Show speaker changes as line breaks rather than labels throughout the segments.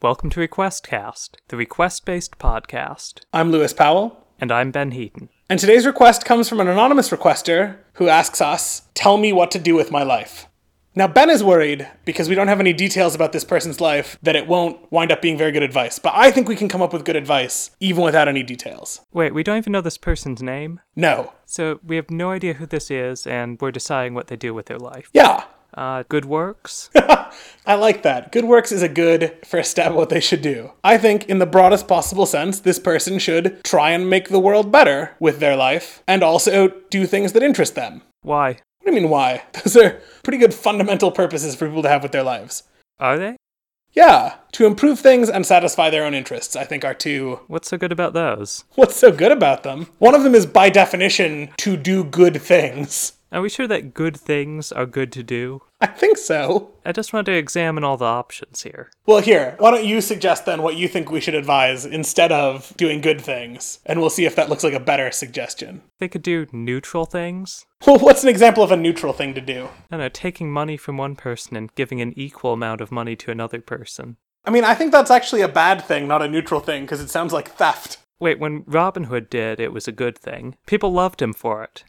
Welcome to Requestcast, the request based podcast.
I'm Lewis Powell,
And I'm Ben Heaton.
and today's request comes from an anonymous requester who asks us, Tell me what to do with my life. Now, Ben is worried because we don't have any details about this person's life that it won't wind up being very good advice, but I think we can come up with good advice even without any details.
Wait, we don't even know this person's name,
No.
so we have no idea who this is, and we're deciding what they do with their life.
Yeah,
Uh, good works?
I like that. Good works is a good first step of what they should do. I think, in the broadest possible sense, this person should try and make the world better with their life and also do things that interest them.
Why?
What do you mean, why? Those are pretty good fundamental purposes for people to have with their lives.
Are they?
Yeah, to improve things and satisfy their own interests, I think are two.
What's so good about those?
What's so good about them? One of them is, by definition, to do good things.
Are we sure that good things are good to do?
I think so.
I just want to examine all the options here.
Well, here, why don't you suggest then what you think we should advise instead of doing good things, and we'll see if that looks like a better suggestion.
They could do neutral things.
Well, what's an example of a neutral thing to do?
I don't know, taking money from one person and giving an equal amount of money to another person.
I mean, I think that's actually a bad thing, not a neutral thing, because it sounds like theft.
Wait, when Robin Hood did, it was a good thing. People loved him for it.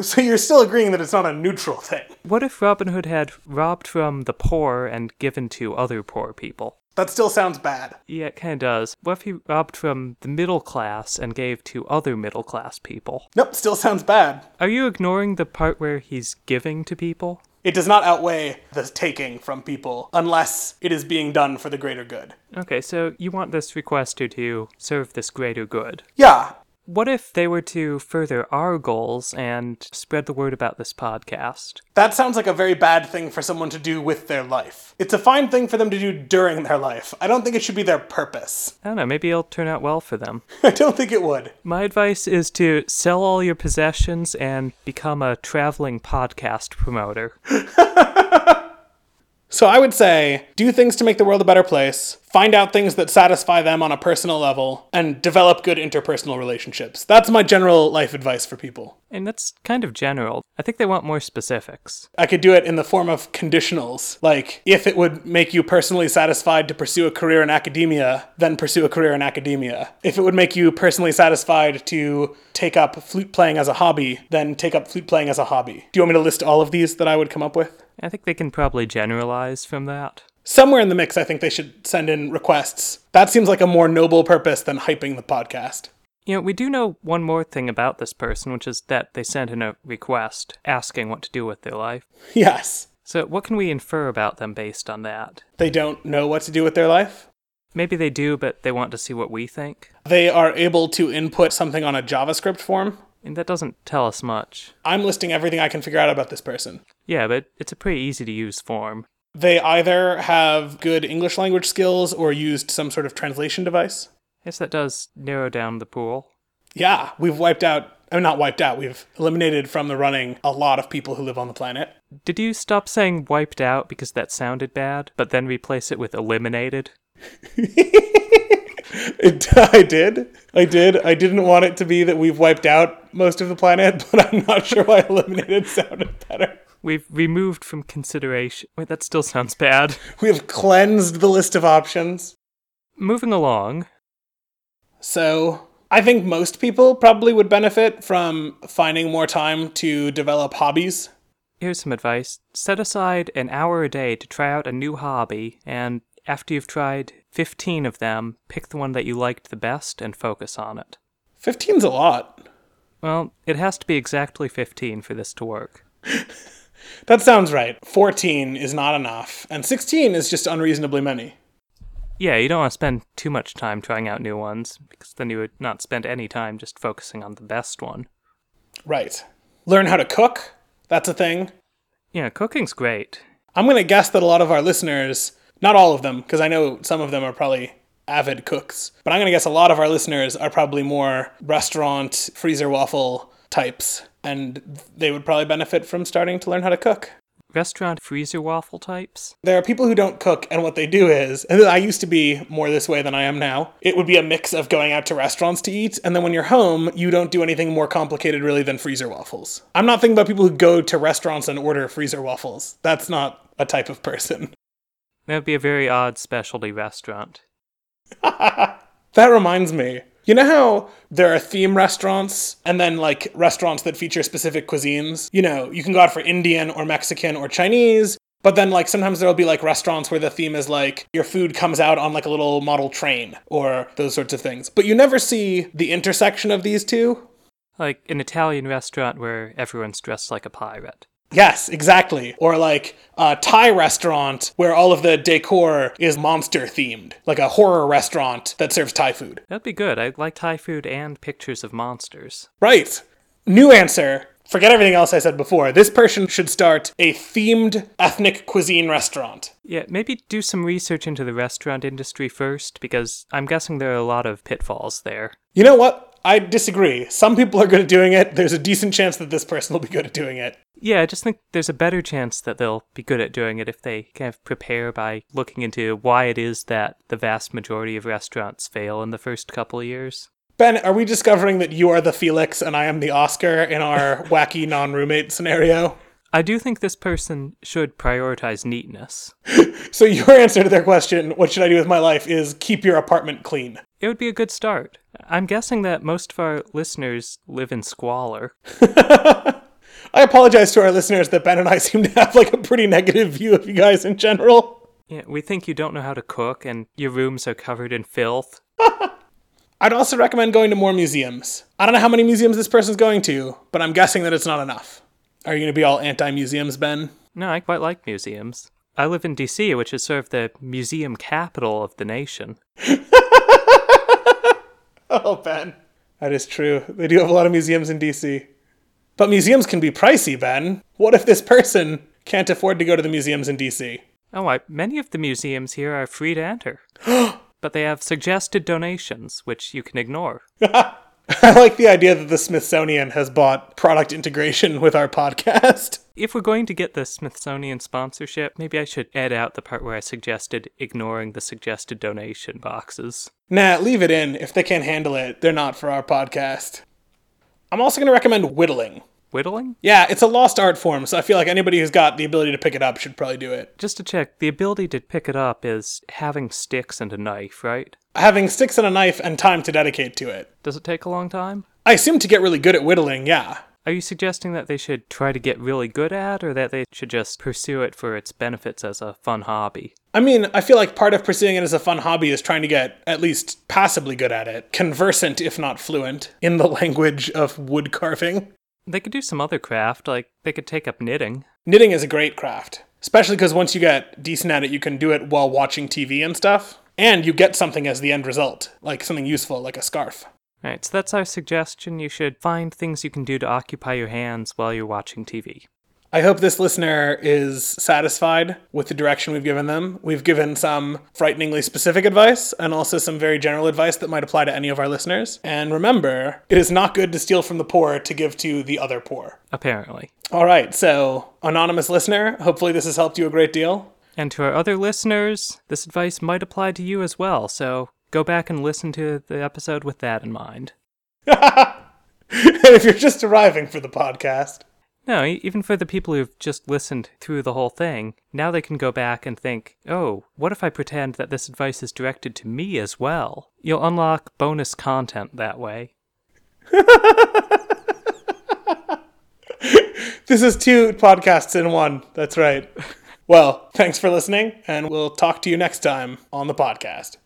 So you're still agreeing that it's not a neutral thing.
What if Robin Hood had robbed from the poor and given to other poor people?
That still sounds bad.
Yeah, it kind of does. What if he robbed from the middle class and gave to other middle class people?
Nope, still sounds bad.
Are you ignoring the part where he's giving to people?
It does not outweigh the taking from people unless it is being done for the greater good.
Okay, so you want this requester to serve this greater good.
Yeah,
What if they were to further our goals and spread the word about this podcast?
that sounds like a very bad thing for someone to do with their life. It's a fine thing for them to do during their life. I don't think it should be their purpose.
I don't know, maybe it'll turn out well for them.
I don't think it would.
My advice is to sell all your possessions and become a traveling podcast promoter.
So I would say do things to make the world a better place, find out things that satisfy them on a personal level, and develop good interpersonal relationships. That's my general life advice for people.
And that's kind of general. I think they want more specifics.
I could do it in the form of conditionals, like if it would make you personally satisfied to pursue a career in academia, then pursue a career in academia. If it would make you personally satisfied to take up flute playing as a hobby, then take up flute playing as a hobby. Do you want me to list all of these that I would come up with?
I think they can probably generalize from that.
Somewhere in the mix, I think they should send in requests. That seems like a more noble purpose than hyping the podcast.
You know, we do know one more thing about this person, which is that they sent in a request asking what to do with their life.
Yes,
So, what can we infer about them based on that?
they don't know what to do with their life.
Maybe they do, but they want to see what we think.
They are able to input something on a JavaScript form.
And that doesn't tell us much.
I'm listing everything I can figure out about this person.
Yeah, but it's a pretty easy to use form.
They either have good English language skills or used some sort of translation device.
Yes, that does narrow down the pool.
Yeah, we've wiped out, I'm not wiped out, we've eliminated from the running a lot of people who live on the planet.
Did you stop saying wiped out because that sounded bad, but then replace it with eliminated?
It, I did. I did. I didn't want it to be that we've wiped out most of the planet, but I'm not sure why eliminated sounded better.
We've removed from consideration. Wait, that still sounds bad.
We have cleansed the list of options.
Moving along.
So I think most people probably would benefit from finding more time to develop hobbies.
Here's some advice. Set aside an hour a day to try out a new hobby, and after you've tried 15 of them, pick the one that you liked the best and focus on it.
15's a lot.
Well, it has to be exactly 15 for this to work.
That sounds right. 14 is not enough, and 16 is just unreasonably many.
Yeah, you don't want to spend too much time trying out new ones, because then you would not spend any time just focusing on the best one.
Right. Learn how to cook. That's a thing.
Yeah, cooking's great.
I'm going to guess that a lot of our listeners, not all of them, because I know some of them are probably avid cooks, but I'm going to guess a lot of our listeners are probably more restaurant, freezer waffle types, and they would probably benefit from starting to learn how to cook.
Restaurant freezer waffle types?
There are people who don't cook, and what they do is, and I used to be more this way than I am now, it would be a mix of going out to restaurants to eat, and then when you're home, you don't do anything more complicated really than freezer waffles. I'm not thinking about people who go to restaurants and order freezer waffles. That's not a type of person.
That would be a very odd specialty restaurant.
That reminds me. You know how there are theme restaurants and then like restaurants that feature specific cuisines? You know, you can go out for Indian or Mexican or Chinese, but then like sometimes there'll be like restaurants where the theme is like your food comes out on like a little model train or those sorts of things. But you never see the intersection of these two.
Like an Italian restaurant where everyone's dressed like a pirate.
Yes, exactly. Or like a Thai restaurant where all of the decor is monster themed, like a horror restaurant that serves Thai food.
That'd be good. I'd like Thai food and pictures of monsters.
Right. New answer. Forget everything else I said before. This person should start a themed ethnic cuisine restaurant.
Yeah, maybe do some research into the restaurant industry first, because I'm guessing there are a lot of pitfalls there.
You know what? I disagree. Some people are good at doing it. There's a decent chance that this person will be good at doing it.
Yeah, I just think there's a better chance that they'll be good at doing it if they kind of prepare by looking into why it is that the vast majority of restaurants fail in the first couple of years.
Ben, are we discovering that you are the Felix and I am the Oscar in our wacky non roommate scenario?
I do think this person should prioritize neatness.
So, your answer to their question, what should I do with my life, is keep your apartment clean.
It would be a good start. I'm guessing that most of our listeners live in squalor.
I apologize to our listeners that Ben and I seem to have like a pretty negative view of you guys in general.
Yeah, we think you don't know how to cook and your rooms are covered in filth.
I'd also recommend going to more museums. I don't know how many museums this person's going to, but I'm guessing that it's not enough. Are you going to be all anti museums, Ben?
No, I quite like museums. I live in DC, which is sort of the museum capital of the nation.
Oh, Ben. That is true. They do have a lot of museums in DC. But museums can be pricey, Ben. What if this person can't afford to go to the museums in DC?
Oh, I, many of the museums here are free to enter. but they have suggested donations, which you can ignore.
I like the idea that the Smithsonian has bought product integration with our podcast.
If we're going to get the Smithsonian sponsorship, maybe I should add out the part where I suggested ignoring the suggested donation boxes.
Nah, leave it in. If they can't handle it, they're not for our podcast. I'm also going to recommend whittling.
Whittling?
Yeah, it's a lost art form, so I feel like anybody who's got the ability to pick it up should probably do it.
Just to check, the ability to pick it up is having sticks and a knife, right?
Having sticks and a knife and time to dedicate to it.
Does it take a long time?
I assume to get really good at whittling, yeah.
Are you suggesting that they should try to get really good at, or that they should just pursue it for its benefits as a fun hobby?
I mean, I feel like part of pursuing it as a fun hobby is trying to get at least passably good at it, conversant, if not fluent, in the language of wood carving.
They could do some other craft, like they could take up knitting.
Knitting is a great craft, especially because once you get decent at it, you can do it while watching TV and stuff. And you get something as the end result, like something useful, like a scarf.
Alright, so that's our suggestion. You should find things you can do to occupy your hands while you're watching TV.
I hope this listener is satisfied with the direction we've given them. We've given some frighteningly specific advice and also some very general advice that might apply to any of our listeners. And remember, it is not good to steal from the poor to give to the other poor.
Apparently.
All right, so, anonymous listener, hopefully this has helped you a great deal.
And to our other listeners, this advice might apply to you as well, so go back and listen to the episode with that in mind.
and if you're just arriving for the podcast,
No, e- even for the people who've just listened through the whole thing, now they can go back and think, oh, what if I pretend that this advice is directed to me as well? You'll unlock bonus content that way.
this is two podcasts in one. That's right. Well, thanks for listening, and we'll talk to you next time on the podcast.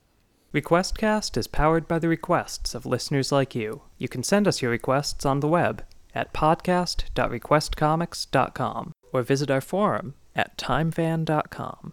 Requestcast is powered by the requests of listeners like you. You can send us your requests on the web at podcast.requestcomics.com or visit our forum at timefan.com.